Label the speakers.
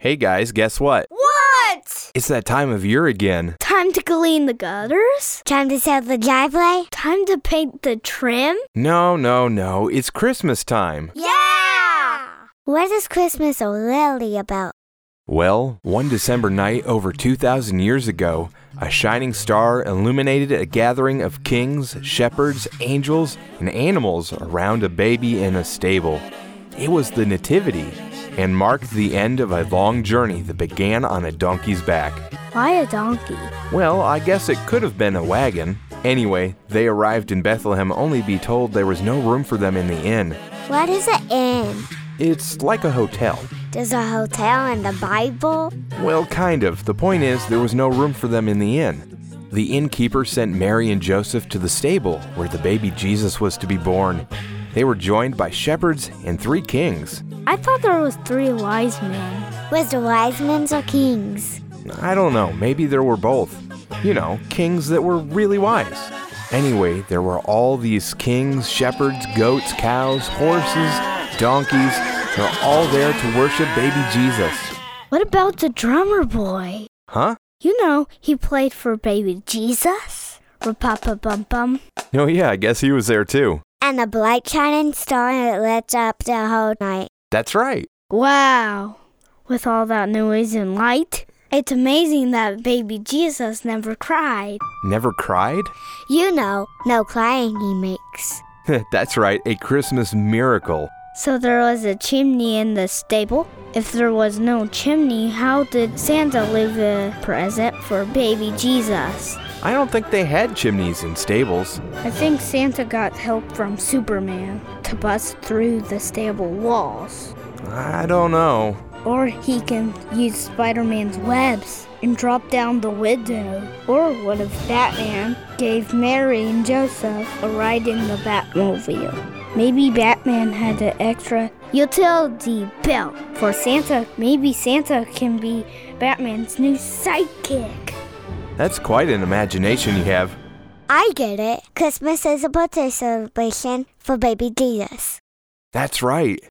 Speaker 1: Hey guys, guess what?
Speaker 2: What?
Speaker 1: It's that time of year again.
Speaker 2: Time to clean the gutters?
Speaker 3: Time to set the driveway?
Speaker 2: Time to paint the trim?
Speaker 1: No, no, no, it's Christmas time.
Speaker 2: Yeah!
Speaker 3: What is Christmas really about?
Speaker 1: Well, one December night over 2,000 years ago, a shining star illuminated a gathering of kings, shepherds, angels, and animals around a baby in a stable. It was the Nativity and marked the end of a long journey that began on a donkey's back.
Speaker 2: Why a donkey?
Speaker 1: Well, I guess it could have been a wagon. Anyway, they arrived in Bethlehem only to be told there was no room for them in the inn.
Speaker 3: What is an inn?
Speaker 1: It's like a hotel.
Speaker 3: There's a hotel in the Bible?
Speaker 1: Well, kind of. The point is, there was no room for them in the inn. The innkeeper sent Mary and Joseph to the stable where the baby Jesus was to be born. They were joined by shepherds and three kings.
Speaker 2: I thought there was three wise men.
Speaker 3: Was the wise men or kings?
Speaker 1: I don't know, maybe there were both. You know, kings that were really wise. Anyway, there were all these kings, shepherds, goats, cows, horses, donkeys. They're all there to worship baby Jesus.
Speaker 2: What about the drummer boy?
Speaker 1: Huh?
Speaker 2: You know, he played for baby Jesus? Rapapa bum bum.
Speaker 1: Oh, yeah, I guess he was there too.
Speaker 3: And a bright shining star that lit up the whole night.
Speaker 1: That's right.
Speaker 2: Wow. With all that noise and light, it's amazing that baby Jesus never cried.
Speaker 1: Never cried?
Speaker 3: You know, no crying he makes.
Speaker 1: That's right, a Christmas miracle.
Speaker 2: So there was a chimney in the stable? If there was no chimney, how did Santa leave a present for baby Jesus?
Speaker 1: I don't think they had chimneys in stables.
Speaker 2: I think Santa got help from Superman to bust through the stable walls.
Speaker 1: I don't know.
Speaker 2: Or he can use Spider Man's webs and drop down the window. Or what if Batman gave Mary and Joseph a ride in the Batmobile? Maybe Batman had an extra utility belt for Santa. Maybe Santa can be Batman's new sidekick.
Speaker 1: That's quite an imagination you have.
Speaker 3: I get it. Christmas is a birthday celebration for baby Jesus.
Speaker 1: That's right.